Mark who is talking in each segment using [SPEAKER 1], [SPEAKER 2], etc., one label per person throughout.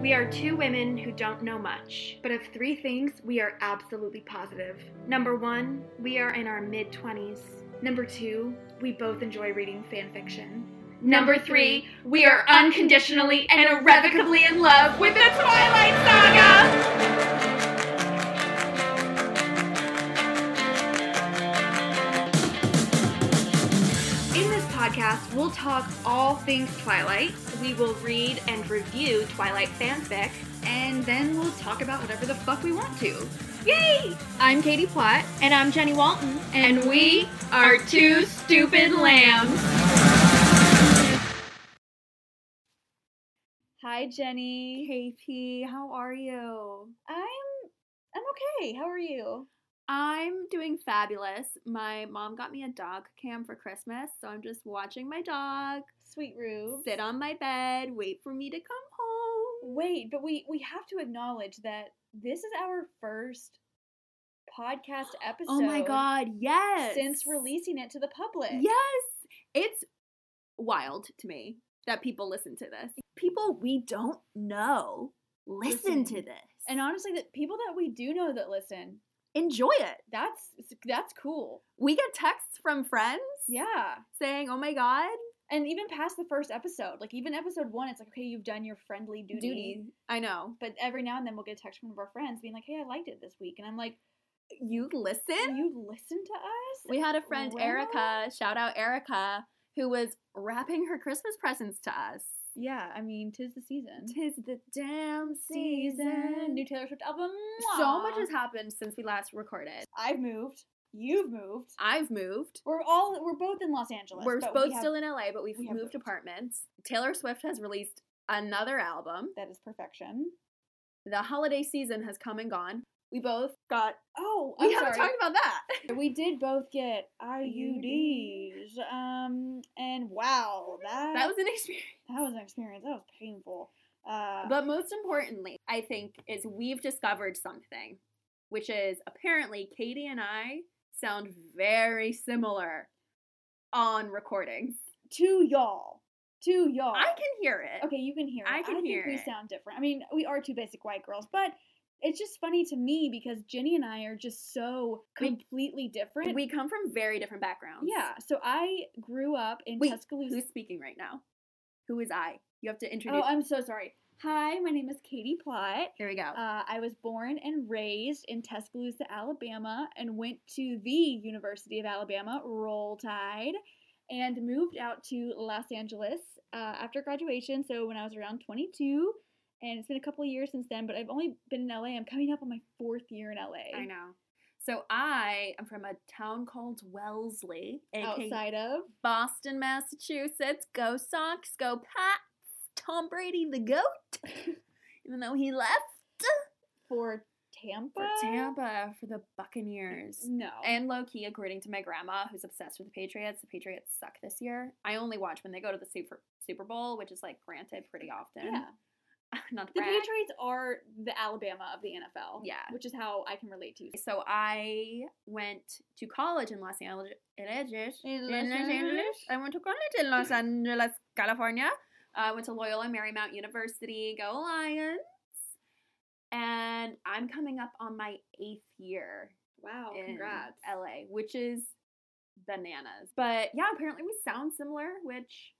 [SPEAKER 1] We are two women who don't know much, but of three things we are absolutely positive. Number one, we are in our mid 20s. Number two, we both enjoy reading fan fiction. Number three, we are unconditionally and irrevocably in love with the Twilight Saga! In this podcast, we'll talk all things Twilight. We will read and review Twilight fanfic, and then we'll talk about whatever the fuck we want to. Yay!
[SPEAKER 2] I'm Katie Platt,
[SPEAKER 3] And I'm Jenny Walton.
[SPEAKER 1] And we are two stupid lambs.
[SPEAKER 2] Hi, Jenny.
[SPEAKER 3] KP, how are you?
[SPEAKER 2] I'm I'm okay. How are you?
[SPEAKER 3] I'm doing fabulous. My mom got me a dog cam for Christmas, so I'm just watching my dog
[SPEAKER 2] Sweet Rube.
[SPEAKER 3] sit on my bed, wait for me to come home.
[SPEAKER 2] Wait, but we we have to acknowledge that this is our first podcast episode.
[SPEAKER 3] oh my god, yes.
[SPEAKER 2] Since releasing it to the public.
[SPEAKER 3] Yes. It's wild to me that people listen to this. People we don't know listen,
[SPEAKER 2] Listen.
[SPEAKER 3] to this.
[SPEAKER 2] And honestly, the people that we do know that listen,
[SPEAKER 3] enjoy it.
[SPEAKER 2] that's that's cool.
[SPEAKER 3] We get texts from friends
[SPEAKER 2] Yeah.
[SPEAKER 3] saying, "Oh my god,
[SPEAKER 2] And even past the first episode, like even episode one, it's like, okay, you've done your friendly duty.
[SPEAKER 3] duty. I know.
[SPEAKER 2] But every now and then we'll get a text from one of our friends being like, hey, I liked it this week. And I'm like,
[SPEAKER 3] you listen?
[SPEAKER 2] you listen to us?
[SPEAKER 3] We had a friend,
[SPEAKER 2] Well-
[SPEAKER 3] Erica, shout out Erica, who was wrapping her Christmas presents to us.
[SPEAKER 2] Yeah, I mean, tis the season.
[SPEAKER 3] Tis the damn
[SPEAKER 2] New Taylor Swift album.
[SPEAKER 3] So much
[SPEAKER 2] Mwah.
[SPEAKER 3] has happened since we last recorded.
[SPEAKER 2] I've moved. You've moved.
[SPEAKER 3] I've moved.
[SPEAKER 2] We're all we're both in Los Angeles.
[SPEAKER 3] We're
[SPEAKER 2] but we
[SPEAKER 3] both
[SPEAKER 2] have-
[SPEAKER 3] still in LA, but we've
[SPEAKER 2] we have moved.
[SPEAKER 3] moved apartments. Taylor Swift has released another album.
[SPEAKER 2] That is perfection.
[SPEAKER 3] The holiday season has come and gone. We both got.
[SPEAKER 2] Oh, I'm
[SPEAKER 3] we haven't
[SPEAKER 2] sorry.
[SPEAKER 3] talked about that.
[SPEAKER 2] we did both get IUDs. Um, and wow, that
[SPEAKER 3] That was an experience.
[SPEAKER 2] that was an experience. That was painful. Uh,
[SPEAKER 3] But most importantly, I think, is we've discovered something, which is apparently Katie and I sound very similar on recordings.
[SPEAKER 2] to y'all, to y'all.
[SPEAKER 3] I can hear it.
[SPEAKER 2] Okay, you can hear.
[SPEAKER 3] I
[SPEAKER 2] it.
[SPEAKER 3] can
[SPEAKER 2] think
[SPEAKER 3] hear
[SPEAKER 2] We
[SPEAKER 3] it.
[SPEAKER 2] sound different. I mean, we are two basic white girls, but it's just funny to me because Jenny and I are just so
[SPEAKER 3] We-
[SPEAKER 2] completely different.
[SPEAKER 3] We come from very different backgrounds.
[SPEAKER 2] yeah. So I grew up in
[SPEAKER 3] Wait,
[SPEAKER 2] Tuscaloosa.
[SPEAKER 3] Who's speaking right now? Who is I? You have to introduce.
[SPEAKER 2] Oh, I'm so sorry. Hi, my name is Katie Platt.
[SPEAKER 3] Here we go.
[SPEAKER 2] Uh, I was born and raised in Tuscaloosa, Alabama, and went to the University of Alabama, Roll Tide, and moved out to Los Angeles uh, after graduation. So when I was around 22, and it's been a couple of years since then, but I've only been in LA. I'm coming up on my fourth year in LA.
[SPEAKER 3] I know. So I am from a town called Wellesley,
[SPEAKER 2] Oh,
[SPEAKER 3] E aka
[SPEAKER 2] Outside of
[SPEAKER 3] Boston, Massachusetts. Go Sox, go Pats. Tom Brady, the goat. Even though he left
[SPEAKER 2] for Tampa.
[SPEAKER 3] for Tampa for the Buccaneers.
[SPEAKER 2] No.
[SPEAKER 3] And low key, according to my grandma, who's obsessed with the Patriots, the Patriots suck this year. I only watch when they go to the Super Super Bowl, which is like granted pretty often.
[SPEAKER 2] yeah.
[SPEAKER 3] Not the
[SPEAKER 2] The
[SPEAKER 3] Patriots.
[SPEAKER 2] Patriots are the Alabama of the NFL.
[SPEAKER 3] Yeah.
[SPEAKER 2] Which is how I can relate to.
[SPEAKER 3] So I went to college in Los Angeles.
[SPEAKER 2] In
[SPEAKER 3] In
[SPEAKER 2] Los
[SPEAKER 3] Los
[SPEAKER 2] Angeles.
[SPEAKER 3] Angeles. I went to college in Los Angeles, California. I Uh, went to Loyola Marymount University. Go Lions! And I'm coming up on my eighth year
[SPEAKER 2] Wow.
[SPEAKER 3] in
[SPEAKER 2] Congrats.
[SPEAKER 3] LA, which is bananas. But yeah, apparently we sound similar, which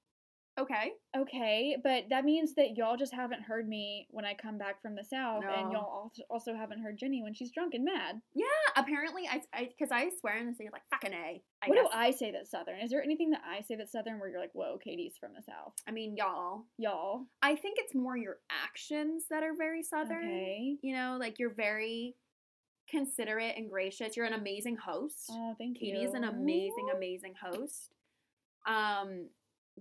[SPEAKER 3] okay.
[SPEAKER 2] Okay, but that means that y'all just haven't heard me when I come back from the south, and
[SPEAKER 3] No.
[SPEAKER 2] y'all al- also haven't heard Jenny when she's drunk and mad.
[SPEAKER 3] Yeah, apparently I because I, swear in the city like fucking a. I
[SPEAKER 2] what
[SPEAKER 3] guess.
[SPEAKER 2] do I say that's southern? Is there anything that I say that's southern where you're like, "Whoa, Katie's from the south,
[SPEAKER 3] I mean y'all.
[SPEAKER 2] y'all"?
[SPEAKER 3] I think it's more your actions that are very southern.
[SPEAKER 2] Okay.
[SPEAKER 3] You know, like you're very considerate and gracious. You're an amazing host.
[SPEAKER 2] Oh, thank you.
[SPEAKER 3] Katie is an amazing, amazing host. Um,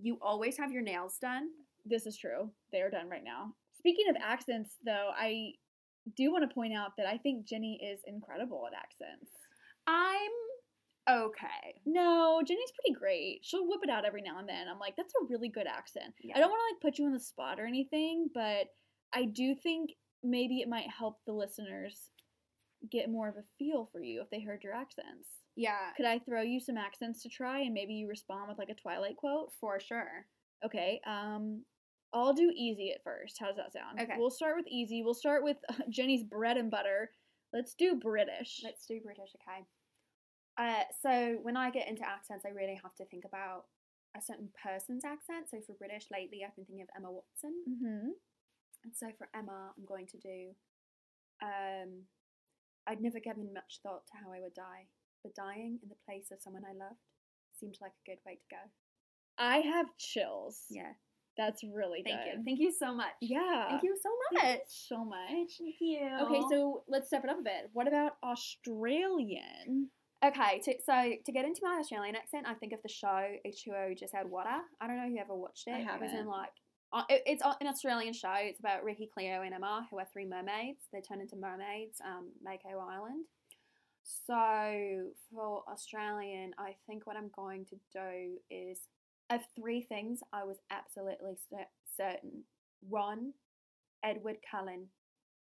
[SPEAKER 3] you always have your nails done.
[SPEAKER 2] This is true. They are done right now. Speaking of accents, though, I do want to point out that I think Jenny is incredible at accents.
[SPEAKER 3] I'm okay.
[SPEAKER 2] No, Jenny's pretty great. She'll whip it out every now and then. I'm like, that's a really good accent. I
[SPEAKER 3] Yeah.
[SPEAKER 2] don't want to like put you on the spot or anything, but I do think maybe it might help the listeners get more of a feel for you if they heard your accents.
[SPEAKER 3] Yeah,
[SPEAKER 2] Could I throw you some accents to try and maybe you respond with like a Twilight quote?
[SPEAKER 3] for sure.
[SPEAKER 2] Okay. Um all do easy at first. How does that sound?
[SPEAKER 3] Okay.
[SPEAKER 2] We'll start with easy. We'll start with Jenny's bread and butter. Let's do British.
[SPEAKER 3] Let's do British, okay? Uh, so when I get into accents, I really have to think about a certain person's accent. So for British lately, I've been thinking of Emma Watson.
[SPEAKER 2] hmm
[SPEAKER 3] And so for Emma, I'm going to do. Um, I'd never given much thought to how I would die, but dying in the place of someone I loved seemed like a good way to go.
[SPEAKER 2] I have chills.
[SPEAKER 3] Yeah.
[SPEAKER 2] That's really
[SPEAKER 3] Thank
[SPEAKER 2] good.
[SPEAKER 3] you. Thank you so much.
[SPEAKER 2] Yeah.
[SPEAKER 3] Thank you so
[SPEAKER 2] Thank you
[SPEAKER 3] much.
[SPEAKER 2] so much.
[SPEAKER 3] Thank you.
[SPEAKER 2] Okay, so let's step it up a bit. What about Australian?
[SPEAKER 3] okay, to, so to get into my Australian accent, I think of the show H2O Just Had Water. I don't know if you ever watched it.
[SPEAKER 2] I
[SPEAKER 3] It was in
[SPEAKER 2] haven't.
[SPEAKER 3] like uh, it, it's an Australian show. It's about Ricky, Cleo, and Emma, who are three mermaids. They turn into mermaids, um, Mako Island. So for Australian, I think what I'm going to do is of three things I was absolutely cer- certain. One, Edward Cullen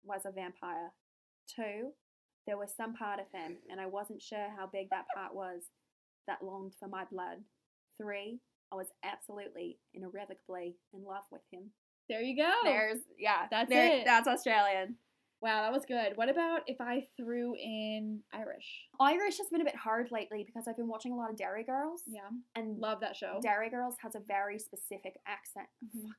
[SPEAKER 3] was a vampire. Two, there was some part of him, and I wasn't sure how big that part was, that longed for my blood. Three, I was absolutely and irrevocably in love with him.
[SPEAKER 2] There you go.
[SPEAKER 3] There's, yeah,
[SPEAKER 2] Oh, That's it.
[SPEAKER 3] That's Australian.
[SPEAKER 2] Wow, that was good. What about if I threw in Irish?
[SPEAKER 3] Irish has been a bit hard lately because I've been watching a lot of Dairy Girls.
[SPEAKER 2] Yeah.
[SPEAKER 3] And
[SPEAKER 2] Love that show.
[SPEAKER 3] Dairy Girls has a very specific accent.
[SPEAKER 2] Mhm. You
[SPEAKER 3] Fuck.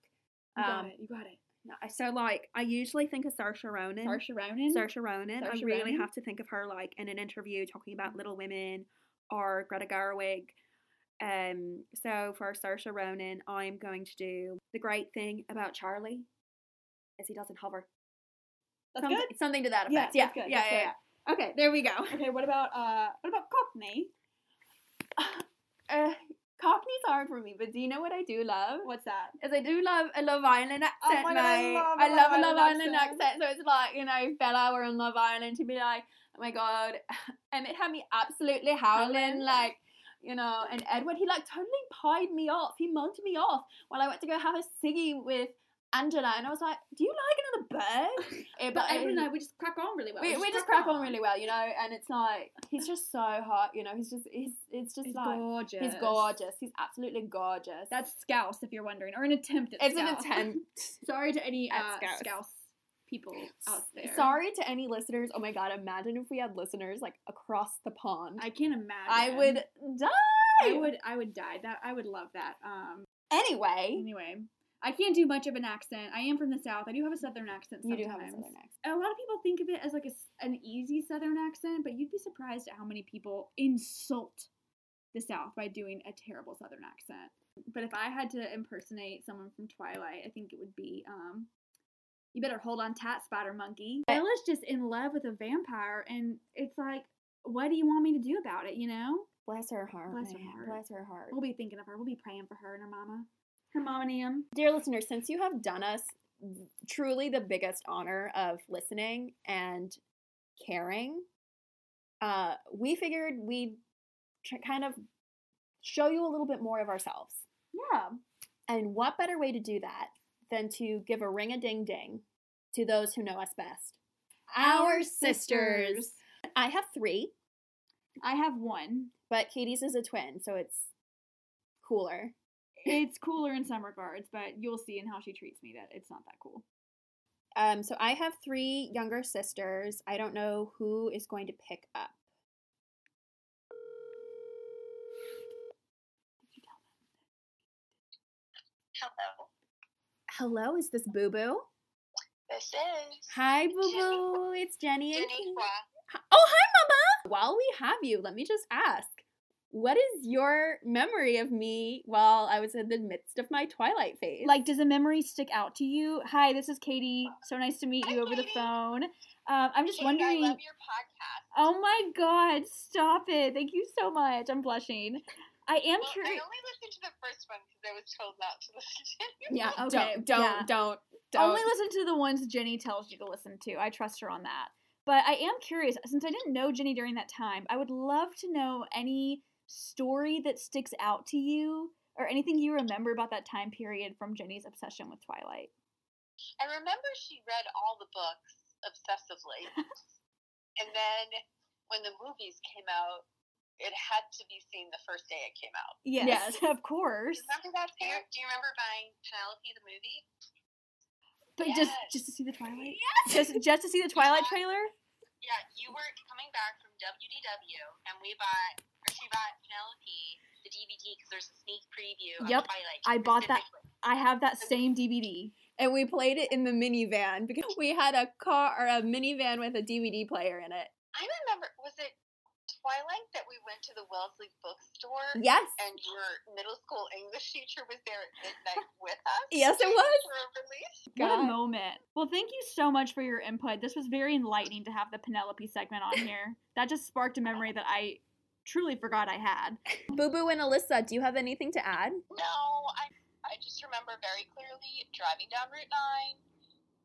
[SPEAKER 2] got
[SPEAKER 3] Um,
[SPEAKER 2] it. You got it.
[SPEAKER 3] no, so like, I usually think of Saoirse Ronan.
[SPEAKER 2] Saoirse Ronan.
[SPEAKER 3] Saoirse Ronan. I
[SPEAKER 2] Saoirse
[SPEAKER 3] really
[SPEAKER 2] Ronan?
[SPEAKER 3] have to think of her like in an interview talking about Little Women or Greta Gerwig. Um, so for Saoirse Ronan, I'm going to do the great thing about Charlie is he doesn't hover.
[SPEAKER 2] That's
[SPEAKER 3] Some-
[SPEAKER 2] good.
[SPEAKER 3] Something to that
[SPEAKER 2] Yeah,
[SPEAKER 3] effect. Yeah,
[SPEAKER 2] that's good,
[SPEAKER 3] yeah,
[SPEAKER 2] that's
[SPEAKER 3] yeah, yeah. Okay, there we go.
[SPEAKER 2] Okay, what about uh what about Cockney?
[SPEAKER 3] Uh, Cockney's hard for me, but do you know what I do love?
[SPEAKER 2] What's that?
[SPEAKER 3] Is I do love a Love Island accent,
[SPEAKER 2] Oh my God, I
[SPEAKER 3] mate.
[SPEAKER 2] love a
[SPEAKER 3] I
[SPEAKER 2] Love
[SPEAKER 3] love a
[SPEAKER 2] Island
[SPEAKER 3] Love Island
[SPEAKER 2] accent.
[SPEAKER 3] accent. So it's like, you know, if Bella were on Love Island, she'd be like, oh my God, Emmett had me absolutely
[SPEAKER 2] Howling.
[SPEAKER 3] howling. Like, you know, and Edward, he like totally pied me off. He mugged me off while I went to go have a ciggy with Angela. And I was like, do you like another bird? Yeah,
[SPEAKER 2] But
[SPEAKER 3] but
[SPEAKER 2] Edward and
[SPEAKER 3] I-
[SPEAKER 2] I we just crack on really well.
[SPEAKER 3] we, we just crack on really well, you know, and it's like, he's just so hot, you know, he's just, he's, it's just
[SPEAKER 2] He's
[SPEAKER 3] like,
[SPEAKER 2] gorgeous.
[SPEAKER 3] he's gorgeous. He's absolutely gorgeous.
[SPEAKER 2] That's Scouse, if you're wondering, or an attempt at
[SPEAKER 3] it's an
[SPEAKER 2] Scouse.
[SPEAKER 3] attempt.
[SPEAKER 2] Sorry to any
[SPEAKER 3] At
[SPEAKER 2] uh, Scouse.
[SPEAKER 3] Scouse.
[SPEAKER 2] people out there.
[SPEAKER 3] Sorry to any listeners. Oh my god, imagine if we had listeners like across the pond.
[SPEAKER 2] I can't imagine.
[SPEAKER 3] I, would die.
[SPEAKER 2] I would. I would die. That I would love that. Um.
[SPEAKER 3] Anyway,
[SPEAKER 2] Anyway, I can't do much of an accent. I am from the south. I do have a southern accent.
[SPEAKER 3] you
[SPEAKER 2] Sometimes.
[SPEAKER 3] do have a southern accent.
[SPEAKER 2] a lot of people think of it as like a s an easy southern accent, but you'd be surprised at how many people insult the South by doing a terrible southern accent. But if I had to impersonate someone from Twilight, I think it would be um you better hold on tight, spider monkey. Bella's just in love with a vampire and it's like what do you want me to do about it, you know?
[SPEAKER 3] Bless her heart.
[SPEAKER 2] Bless her
[SPEAKER 3] man.
[SPEAKER 2] heart.
[SPEAKER 3] Bless her heart.
[SPEAKER 2] We'll be thinking of her. We'll be praying for her and her mama. Her mom and him.
[SPEAKER 3] Dear listeners, since you have done us truly the biggest honor of listening and caring, uh, we figured we'd tr- kind of show you a little bit more of ourselves.
[SPEAKER 2] Yeah.
[SPEAKER 3] And what better way to do that than to give a ring a ding ding to those who know us best? Our sisters. I have three,
[SPEAKER 2] I have one.
[SPEAKER 3] but Katie's is a twin, so it's cooler.
[SPEAKER 2] it's cooler in some regards, but you'll see in how she treats me that it's not that cool.
[SPEAKER 3] Um, so I have three younger sisters. I don't know who is going to pick up.
[SPEAKER 1] Hello.
[SPEAKER 3] Hello, is this Boo Boo?
[SPEAKER 1] This is
[SPEAKER 3] Hi, Boo Boo. It's Jenny. and Katie.
[SPEAKER 1] Jenny Hua.
[SPEAKER 3] Oh, hi, Mama. While we have you, let me just ask what is your memory of me while I was in the midst of my twilight phase?
[SPEAKER 2] Like, does a memory stick out to you? Hi, this is Katie. So nice to meet
[SPEAKER 1] Hi,
[SPEAKER 2] you over the
[SPEAKER 1] Katie.
[SPEAKER 2] phone. Um, I'm just
[SPEAKER 1] Katie,
[SPEAKER 2] wondering.
[SPEAKER 1] I love your podcast.
[SPEAKER 2] oh my God! Stop it! Thank you so much. I'm blushing. I am
[SPEAKER 1] Well, I
[SPEAKER 2] curious.
[SPEAKER 1] only listened to the first one because I was told not to listen to it.
[SPEAKER 3] Yeah,
[SPEAKER 2] Okay,
[SPEAKER 3] don't, don't,
[SPEAKER 2] yeah.
[SPEAKER 3] don't, don't.
[SPEAKER 2] Only listen to the ones Jenny tells you to listen to. I trust her on that. But I am curious, since I didn't know Jenny during that time, I would love to know any story that sticks out to you or anything you remember about that time period from Jenny's obsession with Twilight.
[SPEAKER 1] I remember she read all the books obsessively. and then when the movies came out, it had to be seen the first day it came out.
[SPEAKER 2] Yes,
[SPEAKER 3] Yes.
[SPEAKER 2] of course.
[SPEAKER 1] Remember that? Do you, do you remember buying Penelope the movie?
[SPEAKER 2] But just
[SPEAKER 1] Yes.
[SPEAKER 2] just to see the Twilight. Yes. Just just to see the Twilight trailer.
[SPEAKER 1] Yeah, you were coming back from WDW, and we bought, or she bought Penelope the DVD because there's a sneak preview.
[SPEAKER 2] Yep,
[SPEAKER 1] of Twilight
[SPEAKER 2] I bought that.
[SPEAKER 1] specifically.
[SPEAKER 2] I have that same DVD.
[SPEAKER 3] And we played it in the minivan because we had a car or a minivan with a DVD player in it.
[SPEAKER 1] I remember. Was it Twilight that we went to the Wellesley bookstore?
[SPEAKER 3] Yes.
[SPEAKER 1] And your middle school English teacher was there at midnight with us.
[SPEAKER 3] Yes, it was.
[SPEAKER 1] For a release.
[SPEAKER 2] What a
[SPEAKER 3] God.
[SPEAKER 2] moment. Well, thank you so much for your input. This was very enlightening to have the Penelope segment on here. that just sparked a memory that I truly forgot I had.
[SPEAKER 3] Boo Boo and Alyssa, do you have anything to add?
[SPEAKER 1] No, I I just remember very clearly driving down Route Nine,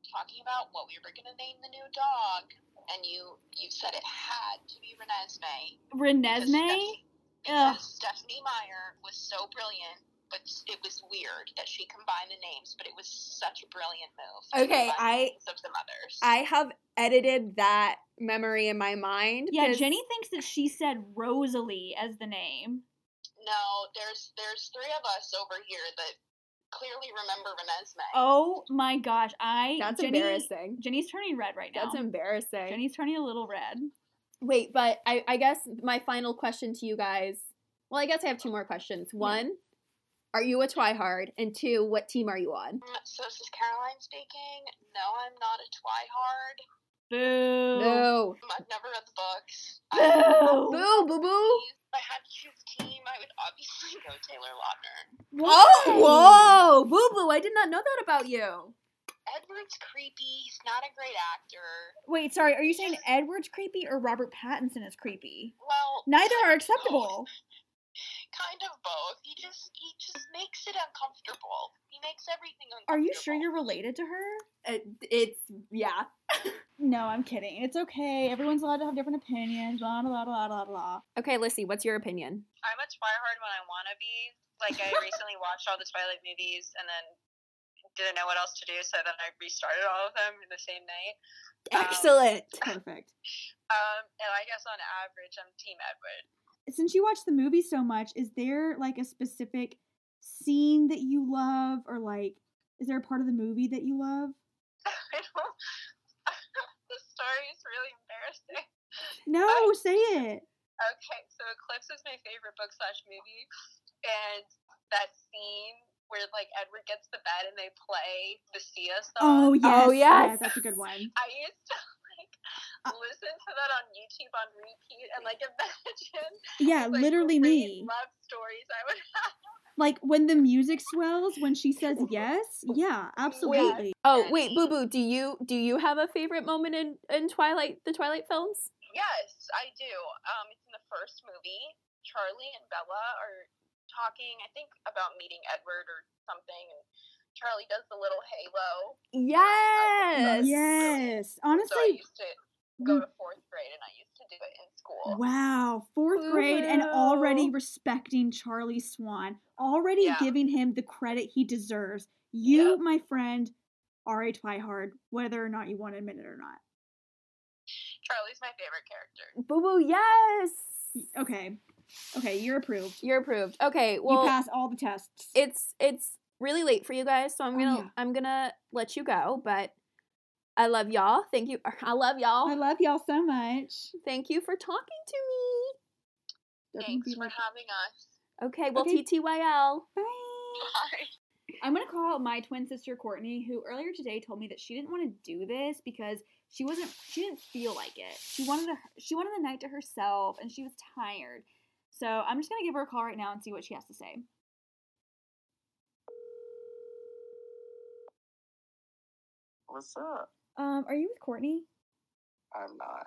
[SPEAKER 1] talking about what we were going to name the new dog, and you you said it had to be Renesmee. because
[SPEAKER 2] Renesmee?
[SPEAKER 1] Stephanie-
[SPEAKER 2] Ugh.
[SPEAKER 1] because Stephanie Meyer was so brilliant, but it was weird that she combined the names, but it was such a brilliant move. to
[SPEAKER 3] Okay,
[SPEAKER 1] combine the
[SPEAKER 3] I-
[SPEAKER 1] names of the mothers.
[SPEAKER 3] I have edited that memory in my mind.
[SPEAKER 2] Yeah,
[SPEAKER 3] 'cause-
[SPEAKER 2] Jenny thinks that she said Rosalie as the name.
[SPEAKER 1] no, there's there's three of us over here that clearly remember Renesmee.
[SPEAKER 2] Oh my gosh. I
[SPEAKER 3] That's
[SPEAKER 2] Jenny,
[SPEAKER 3] embarrassing.
[SPEAKER 2] Jenny's turning red right now.
[SPEAKER 3] That's embarrassing.
[SPEAKER 2] Jenny's turning a little red.
[SPEAKER 3] Wait, but I, I guess my final question to you guys. Well, I guess I have two more questions. One, are you a twihard? And two, what team are you on?
[SPEAKER 1] Um, So this is Caroline speaking. No, I'm not a twihard.
[SPEAKER 2] Boo.
[SPEAKER 3] No.
[SPEAKER 1] I've never read the books.
[SPEAKER 2] Boo.
[SPEAKER 3] Boo, boo, boo.
[SPEAKER 1] If I had to choose a team, I would obviously go Taylor Lautner.
[SPEAKER 3] Oh, whoa. Boo, boo. I did not know that about you.
[SPEAKER 1] Edward's creepy. He's not a great actor.
[SPEAKER 2] Wait, sorry. Are you saying Edward's creepy or Robert Pattinson is creepy?
[SPEAKER 1] Well,
[SPEAKER 2] Neither
[SPEAKER 1] kind of
[SPEAKER 2] are acceptable.
[SPEAKER 1] both. Kind of both. He just he just makes it uncomfortable. He makes everything
[SPEAKER 2] Are
[SPEAKER 1] uncomfortable.
[SPEAKER 2] you sure you're related to her?
[SPEAKER 3] It, it's, yeah.
[SPEAKER 2] No, I'm kidding. It's okay. Everyone's allowed to have different opinions. Blah blah blah blah blah.
[SPEAKER 3] Okay, Lissy, what's your opinion?
[SPEAKER 1] I'm a twihard when I want to be. Like I recently watched all the Twilight movies and then didn't know what else to do, so then I restarted all of them in the same night. Um,
[SPEAKER 3] Excellent. Perfect.
[SPEAKER 1] Um, and I guess on average, I'm Team Edward.
[SPEAKER 2] Since you watch the movie so much, is there like a specific scene that you love, or like, is there a part of the movie that you love?
[SPEAKER 1] I don't. the story is really embarrassing.
[SPEAKER 2] No,
[SPEAKER 1] Oh,
[SPEAKER 2] say it.
[SPEAKER 1] Okay, so Eclipse is my favorite book slash movie, and that scene where like Edward gets the bed and they play the Sia
[SPEAKER 2] Oh
[SPEAKER 1] song.
[SPEAKER 2] yes,
[SPEAKER 3] Oh,
[SPEAKER 2] yeah,
[SPEAKER 3] yes.
[SPEAKER 2] that's a good one.
[SPEAKER 1] I used to like
[SPEAKER 2] Uh,
[SPEAKER 1] listen to that on YouTube on repeat and like imagine
[SPEAKER 2] Yeah,
[SPEAKER 1] like,
[SPEAKER 2] literally
[SPEAKER 1] great
[SPEAKER 2] me.
[SPEAKER 1] love stories I would have.
[SPEAKER 2] Like when the music swells when she says yes. Yeah, absolutely.
[SPEAKER 3] Oh, wait, Boo Boo, do you do you have a favorite moment in, in Twilight, the Twilight films?
[SPEAKER 1] Yes, I do. Um, it's in the first movie. Charlie and Bella are talking, I think, about meeting Edward or something, and Charlie does the little halo.
[SPEAKER 3] Yes.
[SPEAKER 2] Yes,
[SPEAKER 1] so I
[SPEAKER 2] honestly.
[SPEAKER 1] used to go to fourth grade, and I used to do it in school.
[SPEAKER 2] Wow, fourth grade and already
[SPEAKER 3] Boo.
[SPEAKER 2] respecting Charlie Swan, already
[SPEAKER 1] Yeah.
[SPEAKER 2] giving him the credit he deserves. You,
[SPEAKER 1] Yep.
[SPEAKER 2] my friend, are a twihard, whether or not you want to admit it or not.
[SPEAKER 1] Charlie's my favorite character.
[SPEAKER 3] Boo Boo, yes.
[SPEAKER 2] Okay, okay, you're approved.
[SPEAKER 3] You're approved. Okay, well
[SPEAKER 2] oh. you pass all the tests.
[SPEAKER 3] it's it's really late for you guys, so I'm
[SPEAKER 2] Oh,
[SPEAKER 3] gonna
[SPEAKER 2] yeah.
[SPEAKER 3] I'm gonna let you go. But I love y'all. Thank you. I love y'all.
[SPEAKER 2] I love y'all so much.
[SPEAKER 3] Thank you for talking to
[SPEAKER 2] There can
[SPEAKER 1] Thanks
[SPEAKER 2] be
[SPEAKER 1] for
[SPEAKER 2] like-
[SPEAKER 1] having us.
[SPEAKER 3] me. Okay. Well,
[SPEAKER 2] Okay.
[SPEAKER 3] TTYL.
[SPEAKER 2] Bye.
[SPEAKER 1] Bye.
[SPEAKER 2] I'm gonna call my twin sister Courtney, who earlier today told me that she didn't want to do this because she wasn't she didn't feel like it. She wanted to she wanted the night to herself and she was tired. So I'm just gonna give her a call right now and see what she has to say.
[SPEAKER 1] What's up?
[SPEAKER 2] Um, are you with Courtney?
[SPEAKER 1] I'm not.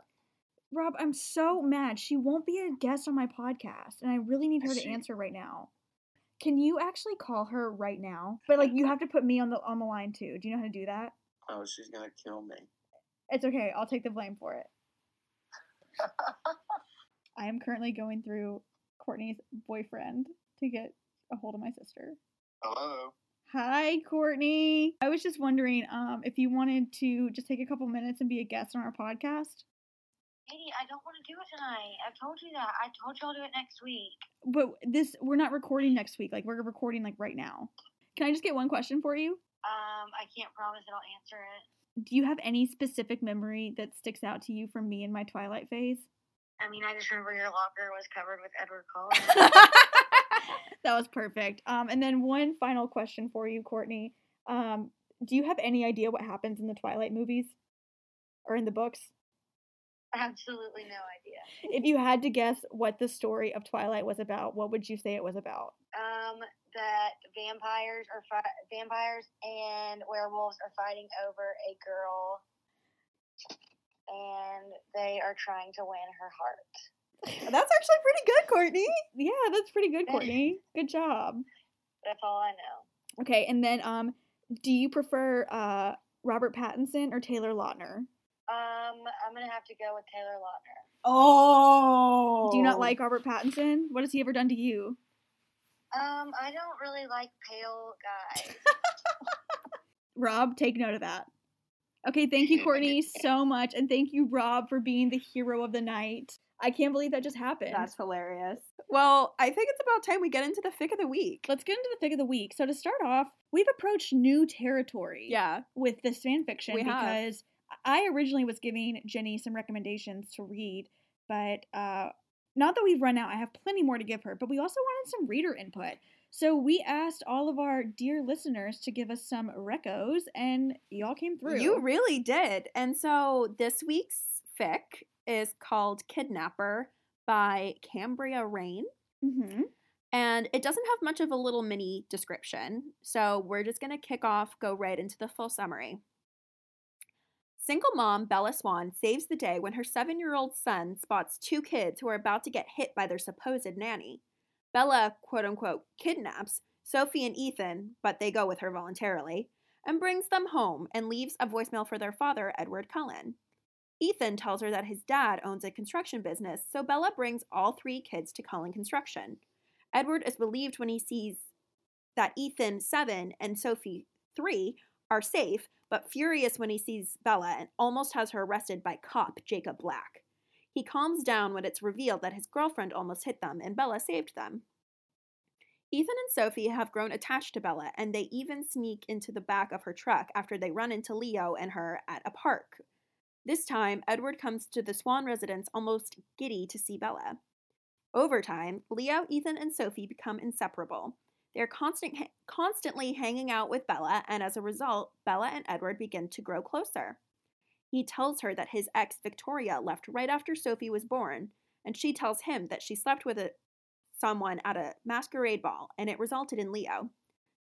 [SPEAKER 2] Rob, I'm so mad. She won't be a guest on my podcast, and I really need her
[SPEAKER 1] Is
[SPEAKER 2] to
[SPEAKER 1] she-
[SPEAKER 2] answer right now. Can you actually call her right now? But like you have to put me on the on the line too. Do you know how to do that?
[SPEAKER 4] Oh, she's gonna kill me.
[SPEAKER 2] It's okay. I'll take the blame for it. I am currently going through Courtney's boyfriend to get a hold of my sister.
[SPEAKER 4] Hello.
[SPEAKER 2] Hi, Courtney. I was just wondering um, if you wanted to just take a couple minutes and be a guest on our podcast.
[SPEAKER 5] Katie, I don't want to do it tonight. I've told you that. I told you I'll do it next week.
[SPEAKER 2] But this, we're not recording next week. Like, we're recording, like, right now. Can I just get one question for you?
[SPEAKER 5] Um, I can't promise that I'll answer it.
[SPEAKER 2] Do you have any specific memory that sticks out to you from me in my Twilight phase?
[SPEAKER 5] I mean, I just remember your locker was covered with Edward Cullen.
[SPEAKER 2] that was perfect. Um, and then one final question for you, Courtney. Um, do you have any idea what happens in the Twilight movies or in the books?
[SPEAKER 5] Absolutely no idea.
[SPEAKER 2] If you had to guess what the story of Twilight was about, what would you say it was about?
[SPEAKER 5] Um, that vampires are fi- vampires and werewolves are fighting over a girl, and they are trying to win her heart.
[SPEAKER 2] That's actually pretty good, Courtney. Yeah, that's pretty good, Courtney. Good job.
[SPEAKER 5] That's all I know.
[SPEAKER 2] Okay, and then um, do you prefer uh Robert Pattinson or Taylor Lautner?
[SPEAKER 5] Um, I'm gonna have to go with Taylor Lautner.
[SPEAKER 2] Oh. Do you not like Robert Pattinson? What has he ever done to you?
[SPEAKER 5] Um, I don't really like pale guys.
[SPEAKER 2] Rob, take note of that. Okay, thank you, Courtney, so much. And thank you, Rob, for being the hero of the night. I can't believe that just happened.
[SPEAKER 6] That's hilarious.
[SPEAKER 3] Well, I think it's about time we get into the fic of the week.
[SPEAKER 2] Let's get into the pick of the week. So, to start off, we've approached new territory
[SPEAKER 3] Yeah.
[SPEAKER 2] with this fan fiction
[SPEAKER 3] We have.
[SPEAKER 2] because I originally was giving Jenny some recommendations to read, but uh, not that we've run out. I have plenty more to give her, but we also wanted some reader input. So we asked all of our dear listeners to give us some recos, and y'all came through.
[SPEAKER 3] You really did. And so this week's fic is called Kidnapper by Cambria Rain.
[SPEAKER 2] hmm
[SPEAKER 3] And it doesn't have much of a little mini description, so we're just gonna kick off, go right into the full summary. Single mom Bella Swan saves the day when her seven year old son spots two kids who are about to get hit by their supposed nanny. Bella, quote unquote, kidnaps Sophie and Ethan, but they go with her voluntarily, and brings them home and leaves a voicemail for their father, Edward Cullen. Ethan tells her that his dad owns a construction business, so Bella brings all three kids to Cullen Construction. Edward is relieved when he sees that Ethan, seven, and Sophie, three, are safe, but furious when he sees Bella and almost has her arrested by cop Jacob Black. He calms down when it's revealed that his girlfriend almost hit them and Bella saved them. Ethan and Sophie have grown attached to Bella, and they even sneak into the back of her truck after they run into Leo and her at a park. This time, Edward comes to the Swan residence almost giddy to see Bella. Over time, Leo, Ethan, and Sophie become inseparable. They're constant, constantly hanging out with Bella, and as a result, Bella and Edward begin to grow closer. He tells her that his ex, Victoria, left right after Sophie was born, and she tells him that she slept with a, someone at a masquerade ball, and it resulted in Leo.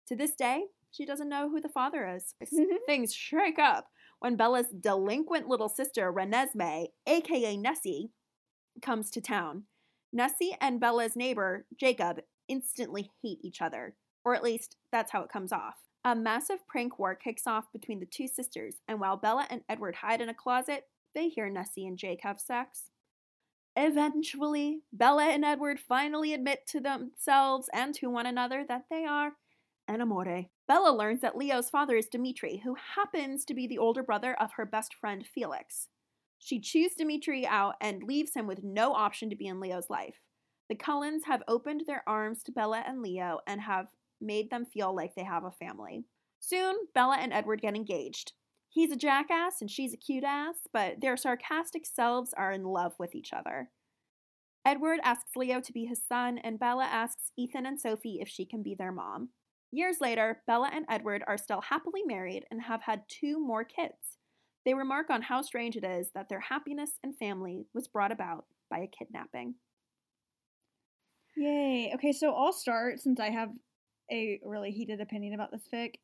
[SPEAKER 3] To this day, she doesn't know who the father is. Things shake up when Bella's delinquent little sister, Renesmee, aka Nessie, comes to town. Nessie and Bella's neighbor, Jacob, instantly hate each other, or at least that's how it comes off. A massive prank war kicks off between the two sisters, and while Bella and Edward hide in a closet, they hear Nessie and Jake have sex. Eventually, Bella and Edward finally admit to themselves and to one another that they are enamore. Bella learns that Leo's father is Dimitri, who happens to be the older brother of her best friend Felix. She chews Dimitri out and leaves him with no option to be in Leo's life. The Cullens have opened their arms to Bella and Leo and have made them feel like they have a family. Soon, Bella and Edward get engaged. He's a jackass and she's a cute ass, but their sarcastic selves are in love with each other. Edward asks Leo to be his son, and Bella asks Ethan and Sophie if she can be their mom. Years later, Bella and Edward are still happily married and have had two more kids. They remark on how strange it is that their happiness and family was brought about by a kidnapping.
[SPEAKER 2] Yay. Okay, so I'll start since I have a really heated opinion about this fic.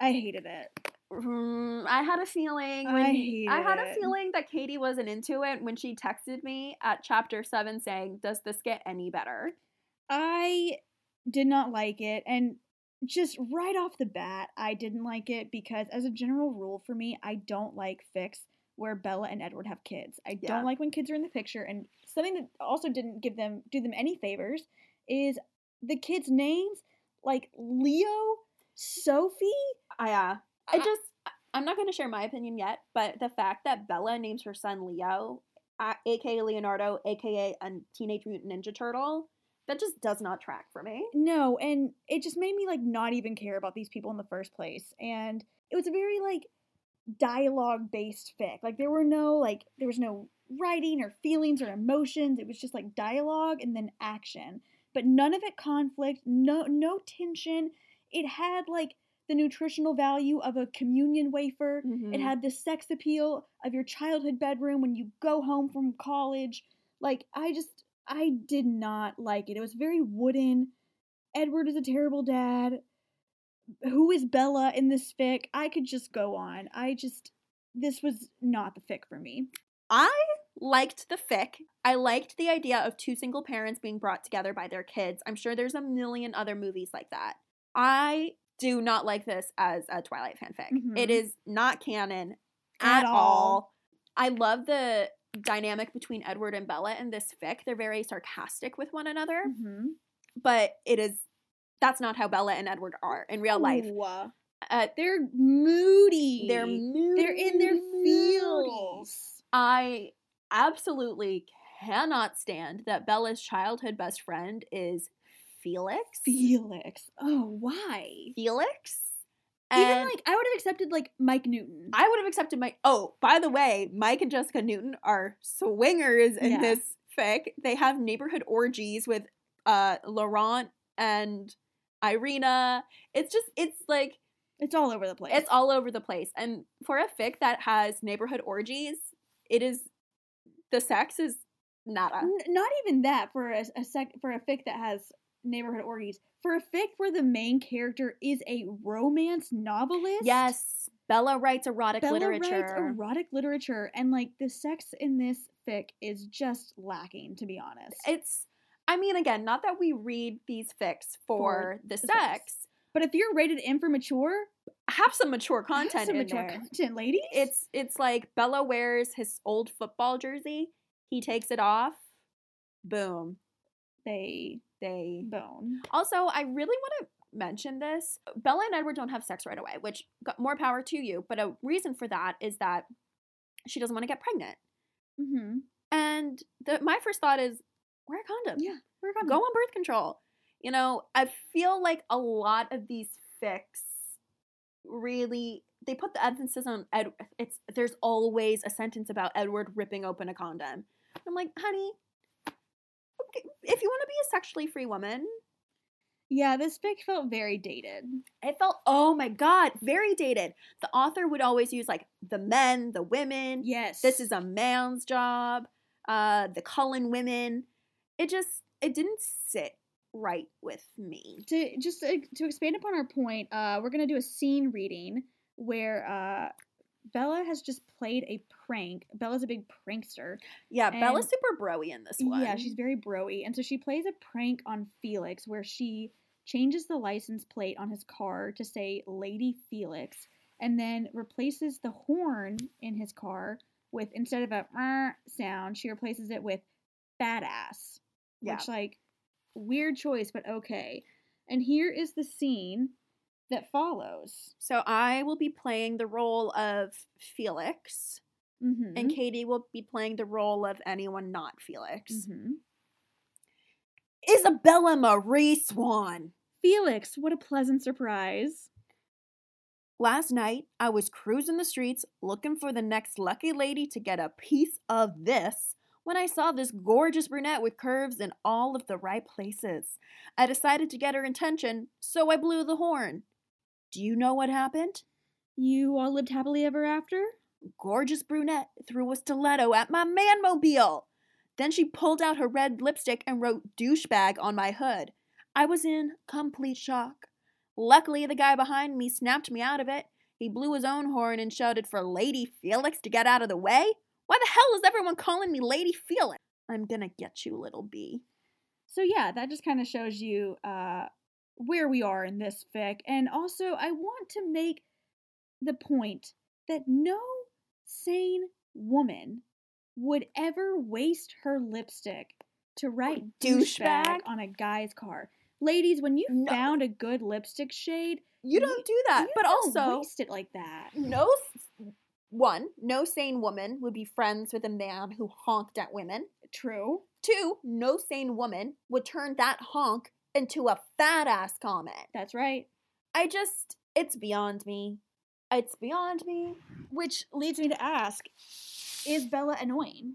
[SPEAKER 2] I hated it.
[SPEAKER 3] Mm, I had a feeling. When,
[SPEAKER 2] I hate
[SPEAKER 3] I had a
[SPEAKER 2] it.
[SPEAKER 3] feeling that Katie wasn't into it when she texted me at chapter seven saying, "Does this get any better?"
[SPEAKER 2] I did not like it. And just right off the bat, I didn't like it because, as a general rule for me, I don't like fics where Bella and Edward have kids. I
[SPEAKER 3] Yeah.
[SPEAKER 2] don't like when kids are in the picture. And something that also didn't give them do them any favors is the kids' names like Leo, Sophie.
[SPEAKER 3] I, uh, I just, I'm not going to share my opinion yet, but the fact that Bella names her son Leo a- aka Leonardo, aka Un- Teenage Mutant Ninja Turtle. That just does not track for me.
[SPEAKER 2] No, and it just made me like not even care about these people in the first place. And it was a very like dialogue based fic. Like there were no like there was no writing or feelings or emotions. It was just like dialogue and then action. But none of it conflict, no no tension. It had like the nutritional value of a communion wafer.
[SPEAKER 3] Mm-hmm.
[SPEAKER 2] It
[SPEAKER 3] Mm.
[SPEAKER 2] had the sex appeal of your childhood bedroom when you go home from college. Like, I just, I did not like it. It was very wooden. Edward is a terrible dad. Who is Bella in this fic? I could just go on. I just, this was not the fic for me.
[SPEAKER 3] I liked the fic. I liked the idea of two single parents being brought together by their kids. I'm sure there's a million other movies like that. I do not like this as a Twilight fanfic.
[SPEAKER 2] Mhm.
[SPEAKER 3] It is not canon
[SPEAKER 2] At
[SPEAKER 3] at,
[SPEAKER 2] all.
[SPEAKER 3] all. I love the dynamic between Edward and Bella in this fic. They're very sarcastic with one another,
[SPEAKER 2] Mm.
[SPEAKER 3] but it is that's not how Bella and Edward are in real life.
[SPEAKER 2] Ooh.
[SPEAKER 3] Uh,
[SPEAKER 2] They're moody.
[SPEAKER 3] they're moody,
[SPEAKER 2] They're in their
[SPEAKER 3] moody.
[SPEAKER 2] feels.
[SPEAKER 3] I absolutely cannot stand that Bella's childhood best friend is Felix.
[SPEAKER 2] Felix. Oh, why?
[SPEAKER 3] Felix?
[SPEAKER 2] Even
[SPEAKER 3] And
[SPEAKER 2] like I would have accepted like Mike Newton.
[SPEAKER 3] I would have accepted Mike. Oh, by the way, Mike and Jessica Newton are swingers in
[SPEAKER 2] Yeah.
[SPEAKER 3] this fic. They have neighborhood orgies with uh Laurent and Irina. It's just, it's like,
[SPEAKER 2] it's all over the place.
[SPEAKER 3] it's all over the place. And for a fic that has neighborhood orgies, it is, the sex is nada.
[SPEAKER 2] N- not even that for a, a sec for a fic that has neighborhood orgies. For a fic where the main character is a romance novelist.
[SPEAKER 3] Yes, Bella writes erotic
[SPEAKER 2] Bella writes
[SPEAKER 3] literature.
[SPEAKER 2] erotic literature, and like the sex in this fic is just lacking, to be honest.
[SPEAKER 3] it's, I mean, again, not that we read these fics for,
[SPEAKER 2] For
[SPEAKER 3] the
[SPEAKER 2] the sex.
[SPEAKER 3] sex.
[SPEAKER 2] but if you're rated M for mature,
[SPEAKER 3] Have some mature
[SPEAKER 2] have
[SPEAKER 3] content
[SPEAKER 2] some
[SPEAKER 3] in
[SPEAKER 2] mature
[SPEAKER 3] there.
[SPEAKER 2] content, ladies.
[SPEAKER 3] It's it's like Bella wears his old football jersey. He takes it off. Boom.
[SPEAKER 2] they
[SPEAKER 3] They
[SPEAKER 2] bone.
[SPEAKER 3] also. I really want to mention this. Bella and Edward don't have sex right away, which got more power to you. But a reason for that is that she doesn't want to get pregnant.
[SPEAKER 2] Mm-hmm.
[SPEAKER 3] And the, my first thought is, wear a condom.
[SPEAKER 2] Yeah, we're
[SPEAKER 3] go on birth control. You know, I feel like a lot of these fics really they put the emphasis on Ed. It's there's always a sentence about Edward ripping open a condom. I'm like, honey, okay, if you want to be a sexually free woman,
[SPEAKER 2] Yeah, this fic felt very dated.
[SPEAKER 3] it felt oh my god, very dated. The author would always use like the men, the women.
[SPEAKER 2] Yes,
[SPEAKER 3] This is a man's job. Uh, the Cullen women. It just it didn't sit right with me.
[SPEAKER 2] to just uh, to expand upon our point, uh, we're gonna do a scene reading where uh, Bella has just played a prank. Bella's a big prankster.
[SPEAKER 3] Yeah, Bella's
[SPEAKER 2] And-
[SPEAKER 3] super broy in this one.
[SPEAKER 2] Yeah, she's very broy, and so she plays a prank on Felix where she changes the license plate on his car to say Lady Felix, and then replaces the horn in his car with instead of a "Meow" sound, she replaces it with badass.
[SPEAKER 3] Yeah.
[SPEAKER 2] Which like weird choice, but okay. And here is the scene that follows.
[SPEAKER 3] So I will be playing the role of Felix,
[SPEAKER 2] Mm-hmm.
[SPEAKER 3] and Katie will be playing the role of anyone not Felix.
[SPEAKER 2] mm-hmm.
[SPEAKER 3] Mm-hmm. Isabella Marie Swan.
[SPEAKER 2] Felix, what a pleasant surprise.
[SPEAKER 3] Last night, I was cruising the streets looking for the next lucky lady to get a piece of this when I saw this gorgeous brunette with curves in all of the right places. I decided to get her attention, so I blew the horn. Do you know what happened?
[SPEAKER 2] You all lived happily ever after?
[SPEAKER 3] gorgeous brunette threw a stiletto at my manmobile. Then she pulled out her red lipstick and wrote douchebag on my hood. I was in complete shock. Luckily, the guy behind me snapped me out of it. He blew his own horn and shouted for Lady Felix to get out of the way. Why the hell is everyone calling me Lady Felix? I'm gonna get you, little bee.
[SPEAKER 2] So yeah, that just kind of shows you uh, where we are in this fic. And also, I want to make the point that no sane woman would ever waste her lipstick to write douchebag,
[SPEAKER 3] douchebag.
[SPEAKER 2] on a guy's car. Ladies, when you
[SPEAKER 3] No.
[SPEAKER 2] found a good lipstick shade,
[SPEAKER 3] You don't do that.
[SPEAKER 2] you
[SPEAKER 3] but
[SPEAKER 2] don't
[SPEAKER 3] also,
[SPEAKER 2] waste it like that.
[SPEAKER 3] no One, no sane woman would be friends with a man who honked at women.
[SPEAKER 2] True.
[SPEAKER 3] Two, no sane woman would turn that honk into a fat ass comment.
[SPEAKER 2] That's right.
[SPEAKER 3] I just, it's beyond me. It's beyond me.
[SPEAKER 2] Which leads me to ask is Bella annoying?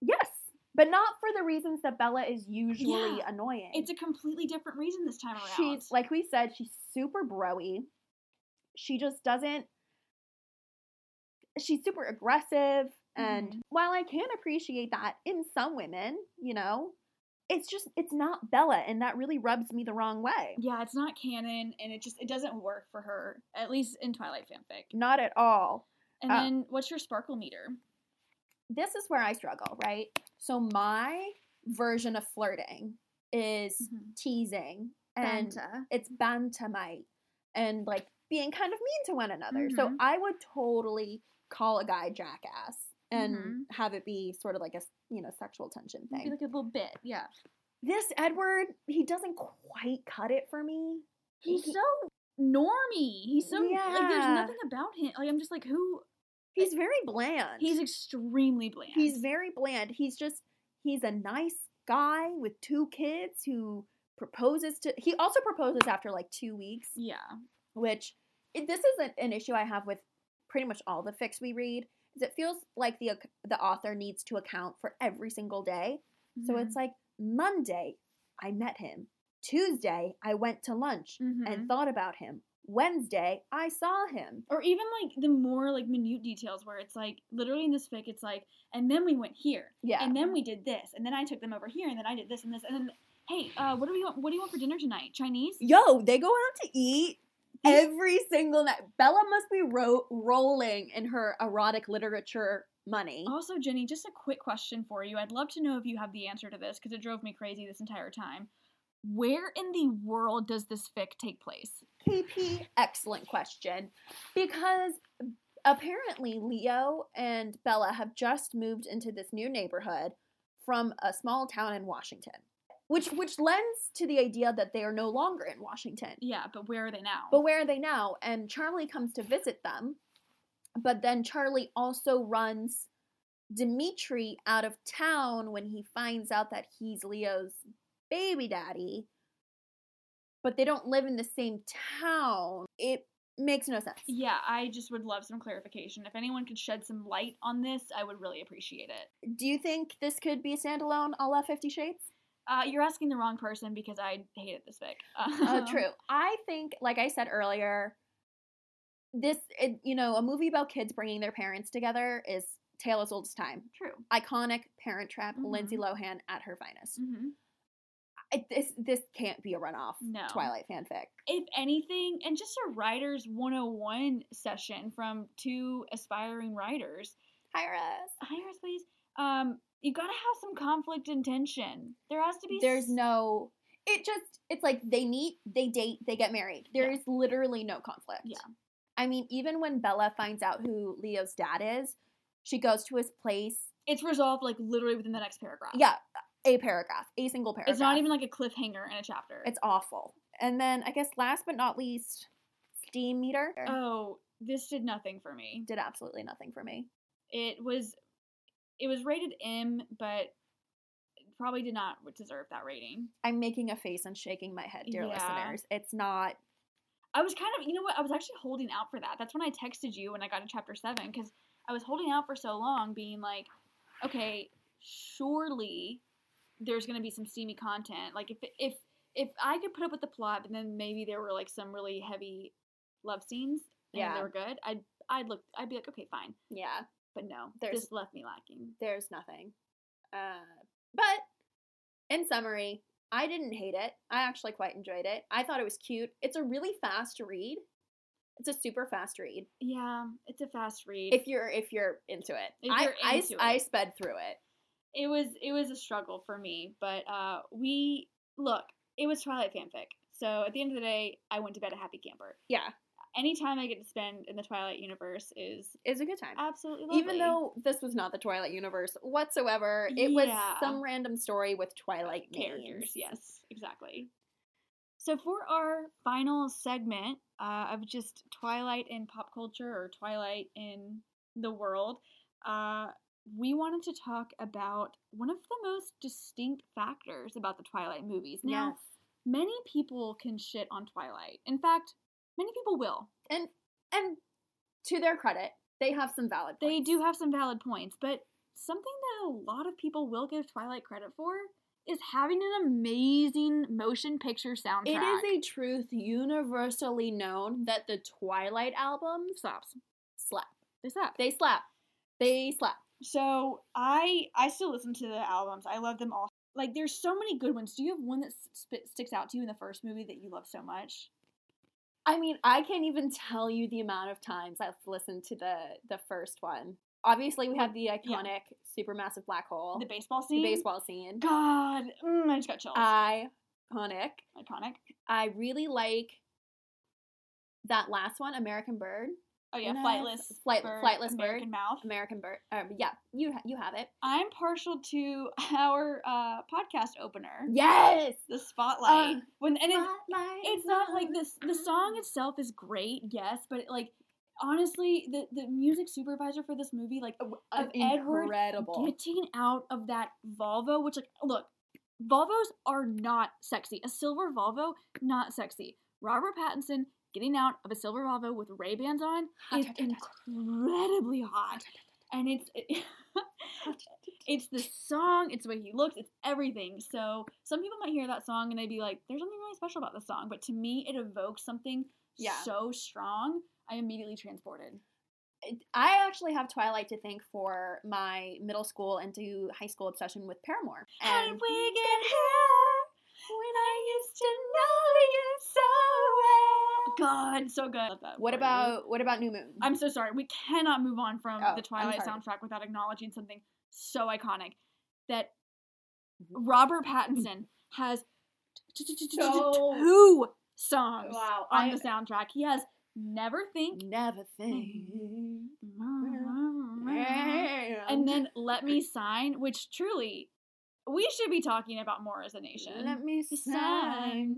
[SPEAKER 3] Yes, but not for the reasons that Bella is usually
[SPEAKER 2] Yeah,
[SPEAKER 3] annoying.
[SPEAKER 2] It's a completely different reason this time around.
[SPEAKER 3] she's like we said, she's super broy. She just doesn't. She's super aggressive, and
[SPEAKER 2] Mhm.
[SPEAKER 3] while I can appreciate that in some women, you know, it's just it's not Bella, and that really rubs me the wrong way.
[SPEAKER 2] yeah, it's not canon and it just it doesn't work for her, at least in Twilight fanfic.
[SPEAKER 3] Not at all.
[SPEAKER 2] And
[SPEAKER 3] Uh,
[SPEAKER 2] then what's your sparkle meter?
[SPEAKER 3] this is where I struggle, right? So my version of flirting is
[SPEAKER 2] Mm-hmm.
[SPEAKER 3] teasing and uh,
[SPEAKER 2] Banta.
[SPEAKER 3] it's bantamite and like being kind of mean to one another. So
[SPEAKER 2] Mhm.
[SPEAKER 3] I would totally call a guy jackass and
[SPEAKER 2] Mhm.
[SPEAKER 3] have it be sort of like a s- you know sexual tension
[SPEAKER 2] Maybe
[SPEAKER 3] thing.
[SPEAKER 2] like a little bit, yeah.
[SPEAKER 3] this Edward, he doesn't quite cut it for me.
[SPEAKER 2] He's
[SPEAKER 3] He-
[SPEAKER 2] so normy. He's so like there's
[SPEAKER 3] Yeah.
[SPEAKER 2] nothing about him. Like I'm just like who
[SPEAKER 3] He's very bland.
[SPEAKER 2] he's extremely bland.
[SPEAKER 3] He's very bland. He's just he's a nice guy with two kids who proposes to he also proposes after like 2 weeks,
[SPEAKER 2] yeah.
[SPEAKER 3] which it, this is an, an issue I have with pretty much all the fics we read. Is it feels like the ac- the author needs to account for every single day. So
[SPEAKER 2] Mm-hmm.
[SPEAKER 3] it's like Monday I met him. Tuesday I went to lunch
[SPEAKER 2] Mhm.
[SPEAKER 3] and thought about him. Wednesday I saw him.
[SPEAKER 2] or even like the more like minute details where it's like literally in this fic it's like and then we went here
[SPEAKER 3] Yeah.
[SPEAKER 2] and then we did this and then I took them over here and then I did this and this and then hey uh what do we want what do you want for dinner tonight Chinese
[SPEAKER 3] Yo, they go out to eat every single night. Bella must be ro- rolling in her erotic literature money.
[SPEAKER 2] also Jenny just a quick question for you I'd love to know if you have the answer to this because it drove me crazy this entire time where in the world does this fic take place
[SPEAKER 3] KP, excellent question. Because apparently Leo and Bella have just moved into this new neighborhood from a small town in Washington. Which which lends to the idea that they are no longer in Washington.
[SPEAKER 2] yeah but where are they now
[SPEAKER 3] But where are they now? And Charlie comes to visit them. But then Charlie also runs Dimitri out of town when he finds out that he's Leo's baby daddy. But they don't live in the same town. It makes no sense.
[SPEAKER 2] yeah, I just would love some clarification. If anyone could shed some light on this, I would really appreciate it.
[SPEAKER 3] Do you think this could be standalone a la Fifty Shades?
[SPEAKER 2] Uh, you're asking the wrong person because I hated this fic. Um,
[SPEAKER 3] Oh,
[SPEAKER 2] Uh-huh.
[SPEAKER 3] true. I think, like I said earlier, this, it, you know, a movie about kids bringing their parents together is tale as old as time.
[SPEAKER 2] True.
[SPEAKER 3] iconic parent trap lindsay
[SPEAKER 2] Mm-hmm.
[SPEAKER 3] lohan at her finest
[SPEAKER 2] hmm
[SPEAKER 3] I, this this can't be a runoff
[SPEAKER 2] No.
[SPEAKER 3] twilight fanfic
[SPEAKER 2] If anything, and just a writer's 101 session from two aspiring writers.
[SPEAKER 3] hire us
[SPEAKER 2] Hire us, please. Um, you gotta have some conflict and tension. There has to be.
[SPEAKER 3] there's
[SPEAKER 2] s-
[SPEAKER 3] no it just it's like they meet they date they get married There
[SPEAKER 2] Yeah.
[SPEAKER 3] is literally no conflict
[SPEAKER 2] Yeah.
[SPEAKER 3] i mean even when bella finds out who leo's dad is she goes to his place
[SPEAKER 2] It's resolved like literally within the next paragraph.
[SPEAKER 3] yeah a paragraph a single
[SPEAKER 2] Ah.
[SPEAKER 3] paragraph
[SPEAKER 2] It's not even like a cliffhanger in a chapter.
[SPEAKER 3] it's awful and then i guess last but not least steam meter
[SPEAKER 2] oh, this did nothing for me.
[SPEAKER 3] did absolutely nothing for me
[SPEAKER 2] It was, it was rated M, but probably did not deserve that rating.
[SPEAKER 3] I'm making a face and shaking my head, dear
[SPEAKER 2] Yeah.
[SPEAKER 3] listeners. It's not.
[SPEAKER 2] I was kind of, you know what? I was actually holding out for that. That's when I texted you when I got to chapter seven because I was holding out for so long, being like, okay, surely there's going to be some steamy content. Like if if if I could put up with the plot, and then maybe there were like some really heavy love scenes, and
[SPEAKER 3] Yeah.
[SPEAKER 2] they were good. I'd I'd look. I'd be like, okay, fine.
[SPEAKER 3] Yeah,
[SPEAKER 2] But no,
[SPEAKER 3] There's-
[SPEAKER 2] this left me lacking.
[SPEAKER 3] there's nothing. Uh, but in summary, I didn't hate it. I actually quite enjoyed it. I thought it was cute. It's a really fast read. It's a super fast read.
[SPEAKER 2] Yeah, it's a fast read.
[SPEAKER 3] If you're if you're into it,
[SPEAKER 2] If
[SPEAKER 3] I
[SPEAKER 2] you're
[SPEAKER 3] I,
[SPEAKER 2] into
[SPEAKER 3] I
[SPEAKER 2] it.
[SPEAKER 3] sped through it.
[SPEAKER 2] it was it was a struggle for me but uh we look it was twilight fanfic so at the end of the day i went to bed a happy camper
[SPEAKER 3] Yeah,
[SPEAKER 2] anytime i get to spend in the twilight universe is
[SPEAKER 3] it was a good time.
[SPEAKER 2] absolutely lovely.
[SPEAKER 3] Even though this was not the Twilight universe whatsoever, it was
[SPEAKER 2] Yeah.
[SPEAKER 3] some random story with Twilight
[SPEAKER 2] characters
[SPEAKER 3] names.
[SPEAKER 2] yes exactly so for our final segment uh, of just twilight in pop culture or twilight in the world, uh, we wanted to talk about one of the most distinct factors about the Twilight movies. Now, many people can shit on Twilight. In fact, many people will.
[SPEAKER 3] and and to their credit, they have some valid.
[SPEAKER 2] They
[SPEAKER 3] points.
[SPEAKER 2] do have some valid points, but something that a lot of people will give Twilight credit for is having an amazing motion picture soundtrack.
[SPEAKER 3] It is a truth universally known that the Twilight albums
[SPEAKER 2] slaps.
[SPEAKER 3] slap.
[SPEAKER 2] They slap.
[SPEAKER 3] They slap. They slap.
[SPEAKER 2] So I I still listen to the albums. I love them all. Like there's so many good ones. Do you have one that s- sp- sticks out to you in the first movie that you love so much?
[SPEAKER 3] I mean, I can't even tell you the amount of times I've listened to the the first one. Obviously, we have the iconic supermassive black hole,
[SPEAKER 2] The baseball
[SPEAKER 3] the
[SPEAKER 2] scene.
[SPEAKER 3] baseball scene.
[SPEAKER 2] God, mm, I just got chills.
[SPEAKER 3] Iconic.
[SPEAKER 2] Iconic.
[SPEAKER 3] I really like that last one, American Bird.
[SPEAKER 2] Oh yeah,
[SPEAKER 3] and, uh,
[SPEAKER 2] flightless.
[SPEAKER 3] Flight-
[SPEAKER 2] bird,
[SPEAKER 3] Flightless
[SPEAKER 2] American
[SPEAKER 3] Bird.
[SPEAKER 2] mouth.
[SPEAKER 3] American Bird. Um, yeah, you ha- you have it.
[SPEAKER 2] I'm partial to our uh, podcast opener,
[SPEAKER 3] Yes.
[SPEAKER 2] the spotlight.
[SPEAKER 3] Uh,
[SPEAKER 2] when and it's,
[SPEAKER 3] Spotlight
[SPEAKER 2] it's not like
[SPEAKER 3] on
[SPEAKER 2] this. The song itself is great, yes, but like honestly, the the music supervisor for this movie, like of Edward
[SPEAKER 3] incredible.
[SPEAKER 2] getting out of that Volvo, which like look, Volvos are not sexy. A silver Volvo, not sexy. Robert Pattinson getting out of a silver Volvo with Ray Bans on
[SPEAKER 3] Hot,
[SPEAKER 2] is
[SPEAKER 3] hot, hot, hot.
[SPEAKER 2] incredibly hot, and it's it's the song, it's the way he looks, it's everything. So some people might hear that song and they'd be like, "There's something really special about this song," but to me, it evokes something
[SPEAKER 3] Yeah.
[SPEAKER 2] so strong. I immediately transported.
[SPEAKER 3] I actually have Twilight to thank for my middle school and to high school obsession with Paramore.
[SPEAKER 2] How
[SPEAKER 3] And
[SPEAKER 2] did we get here? When I used to know you so well. God, so good. Love that for
[SPEAKER 3] what
[SPEAKER 2] you.
[SPEAKER 3] about what about New Moon?
[SPEAKER 2] I'm so sorry. We cannot move on from
[SPEAKER 3] Oh, I'm
[SPEAKER 2] the Twilight
[SPEAKER 3] sorry.
[SPEAKER 2] soundtrack without acknowledging something so iconic that Robert Pattinson has t- t- t- t- t-
[SPEAKER 3] So-
[SPEAKER 2] two songs
[SPEAKER 3] Wow,
[SPEAKER 2] on
[SPEAKER 3] I-
[SPEAKER 2] the soundtrack. He has Never Think
[SPEAKER 3] never
[SPEAKER 2] Hmm.
[SPEAKER 3] think. Mm-hmm.
[SPEAKER 2] and then Let Me Sign, which truly we should be talking about more as a
[SPEAKER 3] let
[SPEAKER 2] nation.
[SPEAKER 3] me sign.
[SPEAKER 2] Sign.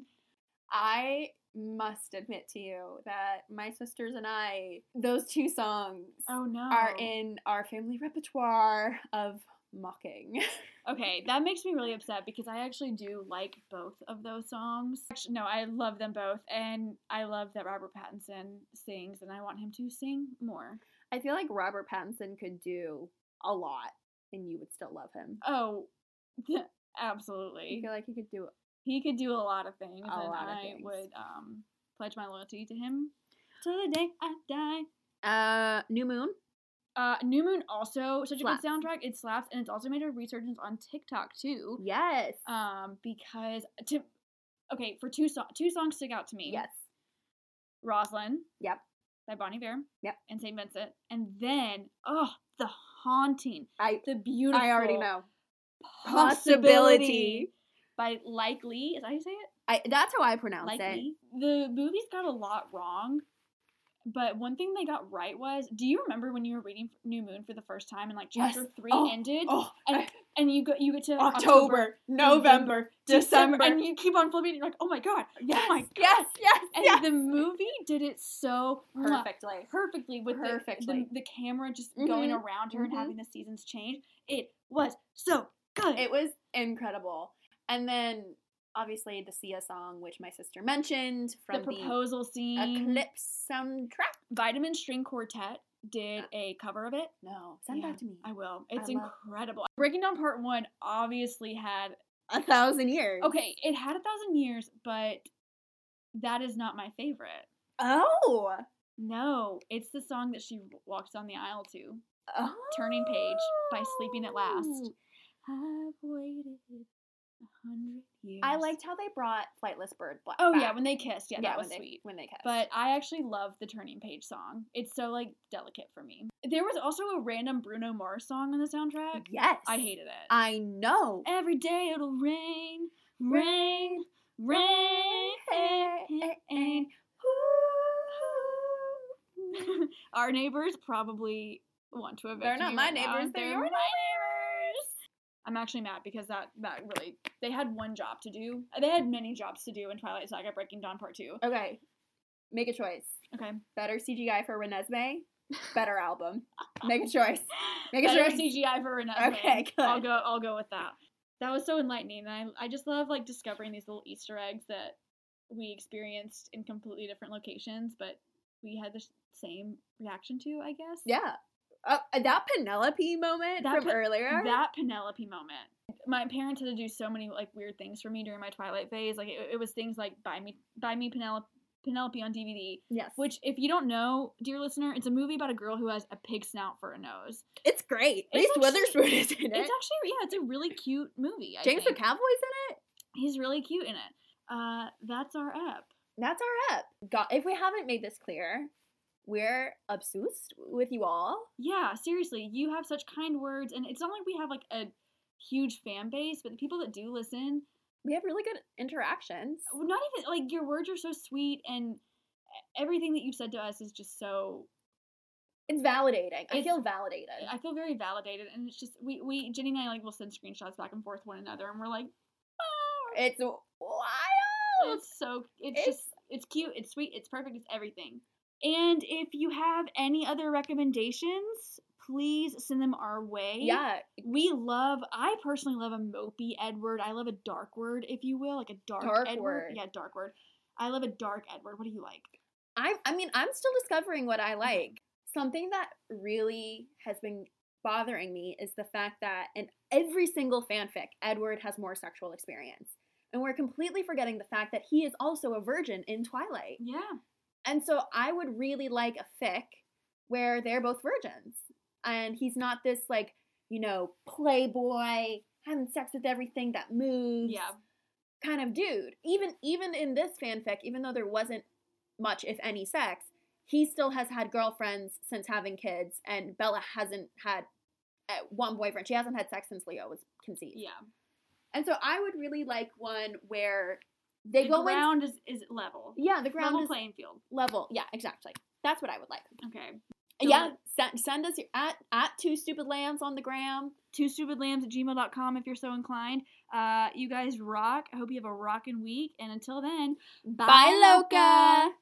[SPEAKER 3] I must admit to you that my sisters and I, those two songs
[SPEAKER 2] Oh no.
[SPEAKER 3] are in our family repertoire of mocking.
[SPEAKER 2] Okay, that makes me really upset because I actually do like both of those songs. Actually, no, I love them both, and I love that Robert Pattinson sings, and I want him to sing more.
[SPEAKER 3] I feel like Robert Pattinson could do a lot and you would still love him.
[SPEAKER 2] Oh,
[SPEAKER 3] I
[SPEAKER 2] absolutely.
[SPEAKER 3] feel like he could do
[SPEAKER 2] He could do a lot of things,
[SPEAKER 3] A
[SPEAKER 2] and
[SPEAKER 3] lot of
[SPEAKER 2] I
[SPEAKER 3] things.
[SPEAKER 2] would um, pledge my loyalty to him till the day I die.
[SPEAKER 3] Uh, New Moon.
[SPEAKER 2] Uh, New Moon also such
[SPEAKER 3] Slaps.
[SPEAKER 2] a good soundtrack. It slaps, and it's also made a resurgence on TikTok too.
[SPEAKER 3] Yes.
[SPEAKER 2] Um, because to okay for two so- two songs stick out to me.
[SPEAKER 3] yes.
[SPEAKER 2] Roslyn.
[SPEAKER 3] Yep.
[SPEAKER 2] By Bonnie Bear.
[SPEAKER 3] Yep.
[SPEAKER 2] And St. Vincent. And then, oh, the haunting.
[SPEAKER 3] I
[SPEAKER 2] The beautiful.
[SPEAKER 3] I already know.
[SPEAKER 2] Possibility. By Likely. Is that how you say it?
[SPEAKER 3] I that's how I pronounce it.
[SPEAKER 2] Likely. The movies got a lot wrong. But one thing they got right was, do you remember when you were reading New Moon for the first time and like
[SPEAKER 3] Yes.
[SPEAKER 2] chapter three
[SPEAKER 3] Oh,
[SPEAKER 2] ended,
[SPEAKER 3] Oh,
[SPEAKER 2] and and you go you get to November, and you keep on flipping, and you're like, oh my god,
[SPEAKER 3] Yes,
[SPEAKER 2] my God.
[SPEAKER 3] yes, yes,
[SPEAKER 2] and
[SPEAKER 3] yes.
[SPEAKER 2] the movie did it so much
[SPEAKER 3] Perfectly.
[SPEAKER 2] perfectly with the-
[SPEAKER 3] Perfectly.
[SPEAKER 2] The, the camera just going
[SPEAKER 3] Mhm,
[SPEAKER 2] around her and
[SPEAKER 3] mhm.
[SPEAKER 2] having the seasons change. It was so good.
[SPEAKER 3] It was incredible. And then obviously the Sia song, which my sister mentioned
[SPEAKER 2] the
[SPEAKER 3] from the,
[SPEAKER 2] proposal scene.
[SPEAKER 3] Eclipse soundtrack.
[SPEAKER 2] Vitamin String Quartet did a cover of it.
[SPEAKER 3] No, send
[SPEAKER 2] Yeah,
[SPEAKER 3] that to me.
[SPEAKER 2] I will. It's
[SPEAKER 3] I love-
[SPEAKER 2] incredible. Breaking Down Part One obviously had
[SPEAKER 3] A thousand years.
[SPEAKER 2] okay. It had a thousand years, but that is not my favorite.
[SPEAKER 3] Oh.
[SPEAKER 2] No, it's the song that she walks on the aisle to.
[SPEAKER 3] oh.
[SPEAKER 2] Turning Page by Sleeping at Last. I've waited a hundred years.
[SPEAKER 3] I liked how they brought Flightless Bird Black.
[SPEAKER 2] Oh
[SPEAKER 3] back.
[SPEAKER 2] yeah, when they kissed. Yeah,
[SPEAKER 3] yeah,
[SPEAKER 2] that was
[SPEAKER 3] when they,
[SPEAKER 2] sweet.
[SPEAKER 3] when they kissed.
[SPEAKER 2] But I actually love the Turning Page song. It's so like delicate for me. There was also a random Bruno Mars song on the soundtrack.
[SPEAKER 3] yes,
[SPEAKER 2] I hated it.
[SPEAKER 3] I know.
[SPEAKER 2] Every day it'll rain, rain, rain. Our neighbors probably want to evict
[SPEAKER 3] They're not
[SPEAKER 2] me
[SPEAKER 3] my
[SPEAKER 2] right now.
[SPEAKER 3] neighbors, they're your
[SPEAKER 2] my neighbors. I'm actually mad because that that really they had one job to do. They had many jobs to do in Twilight Saga: Breaking Dawn Part Two.
[SPEAKER 3] Okay, make a choice.
[SPEAKER 2] Okay,
[SPEAKER 3] Better CGI for Renesmee Better album. Make a choice. Make a
[SPEAKER 2] Better
[SPEAKER 3] choice.
[SPEAKER 2] CGI for Renesmee.
[SPEAKER 3] Okay,
[SPEAKER 2] I'll
[SPEAKER 3] good.
[SPEAKER 2] go. I'll go with that. That was so enlightening. and I I just love like discovering these little Easter eggs that we experienced in completely different locations, but we had the s- same reaction to. I guess.
[SPEAKER 3] Yeah. Uh, that Penelope moment
[SPEAKER 2] That
[SPEAKER 3] from
[SPEAKER 2] Pe-
[SPEAKER 3] earlier.
[SPEAKER 2] That Penelope moment. My parents had to do so many like weird things for me during my Twilight phase. Like it, it was things like buy me, buy me Penelope, Penelope on DVD.
[SPEAKER 3] yes. Which
[SPEAKER 2] Which, if you don't know, dear listener, it's a movie about a girl who has a pig snout for a nose.
[SPEAKER 3] it's great.
[SPEAKER 2] It's
[SPEAKER 3] Reese
[SPEAKER 2] actually-
[SPEAKER 3] Witherspoon is in
[SPEAKER 2] It's
[SPEAKER 3] it.
[SPEAKER 2] actually yeah, it's a really cute movie. I
[SPEAKER 3] James
[SPEAKER 2] think.
[SPEAKER 3] McAvoy's in it.
[SPEAKER 2] He's really cute in it. Uh, that's our app.
[SPEAKER 3] That's our rep. Got if we haven't made this clear, we're obsessed with you all.
[SPEAKER 2] Yeah, seriously, you have such kind words, and it's not like we have like a huge fan base, but the people that do listen,
[SPEAKER 3] We have really good interactions.
[SPEAKER 2] well, not even like your words are so sweet, and e, everything that you've said to us is just so.
[SPEAKER 3] It's validating. I
[SPEAKER 2] It's-
[SPEAKER 3] feel validated.
[SPEAKER 2] I feel very validated, and it's just we we Jenny and I like will send screenshots back and forth to one another, and we're like, oh,
[SPEAKER 3] It's wild.
[SPEAKER 2] It's so it's,
[SPEAKER 3] It's-
[SPEAKER 2] just it's cute, it's sweet, it's perfect, it's everything. And if you have any other recommendations, please send them our way.
[SPEAKER 3] Yeah,
[SPEAKER 2] We love I personally love a mopey Edward. I love a dark word, if you will, like a dark,
[SPEAKER 3] Dark
[SPEAKER 2] Edward.
[SPEAKER 3] word.
[SPEAKER 2] Yeah, dark word. I love a dark Edward. What do you like?
[SPEAKER 3] I I mean, I'm still discovering what
[SPEAKER 2] Uh-huh.
[SPEAKER 3] I like. Something that really has been bothering me is the fact that in every single fanfic, Edward has more sexual experience. And we're completely forgetting the fact that he is also a virgin in Twilight.
[SPEAKER 2] Yeah.
[SPEAKER 3] And so I would really like a fic where they're both virgins. And he's not this like, you know, playboy, having sex with everything that moves
[SPEAKER 2] Yeah.
[SPEAKER 3] kind of dude. Even even in this fanfic, even though there wasn't much, if any, sex, he still has had girlfriends since having kids, and Bella hasn't had uh, one boyfriend. She hasn't had sex since Leo was conceived.
[SPEAKER 2] Yeah.
[SPEAKER 3] And so I would really like one where they
[SPEAKER 2] the
[SPEAKER 3] go
[SPEAKER 2] ground is, is level.
[SPEAKER 3] in. Yeah, the ground
[SPEAKER 2] Level
[SPEAKER 3] is
[SPEAKER 2] playing field.
[SPEAKER 3] level. Yeah, exactly. That's what I would like.
[SPEAKER 2] Okay. So
[SPEAKER 3] Yeah, send, send us your at at two stupid lambs on the gram.
[SPEAKER 2] two stupid lambs at gmail.com if you're so inclined. Uh, you guys rock. I hope you have a rockin' week. And until then,
[SPEAKER 3] Bye, Loca.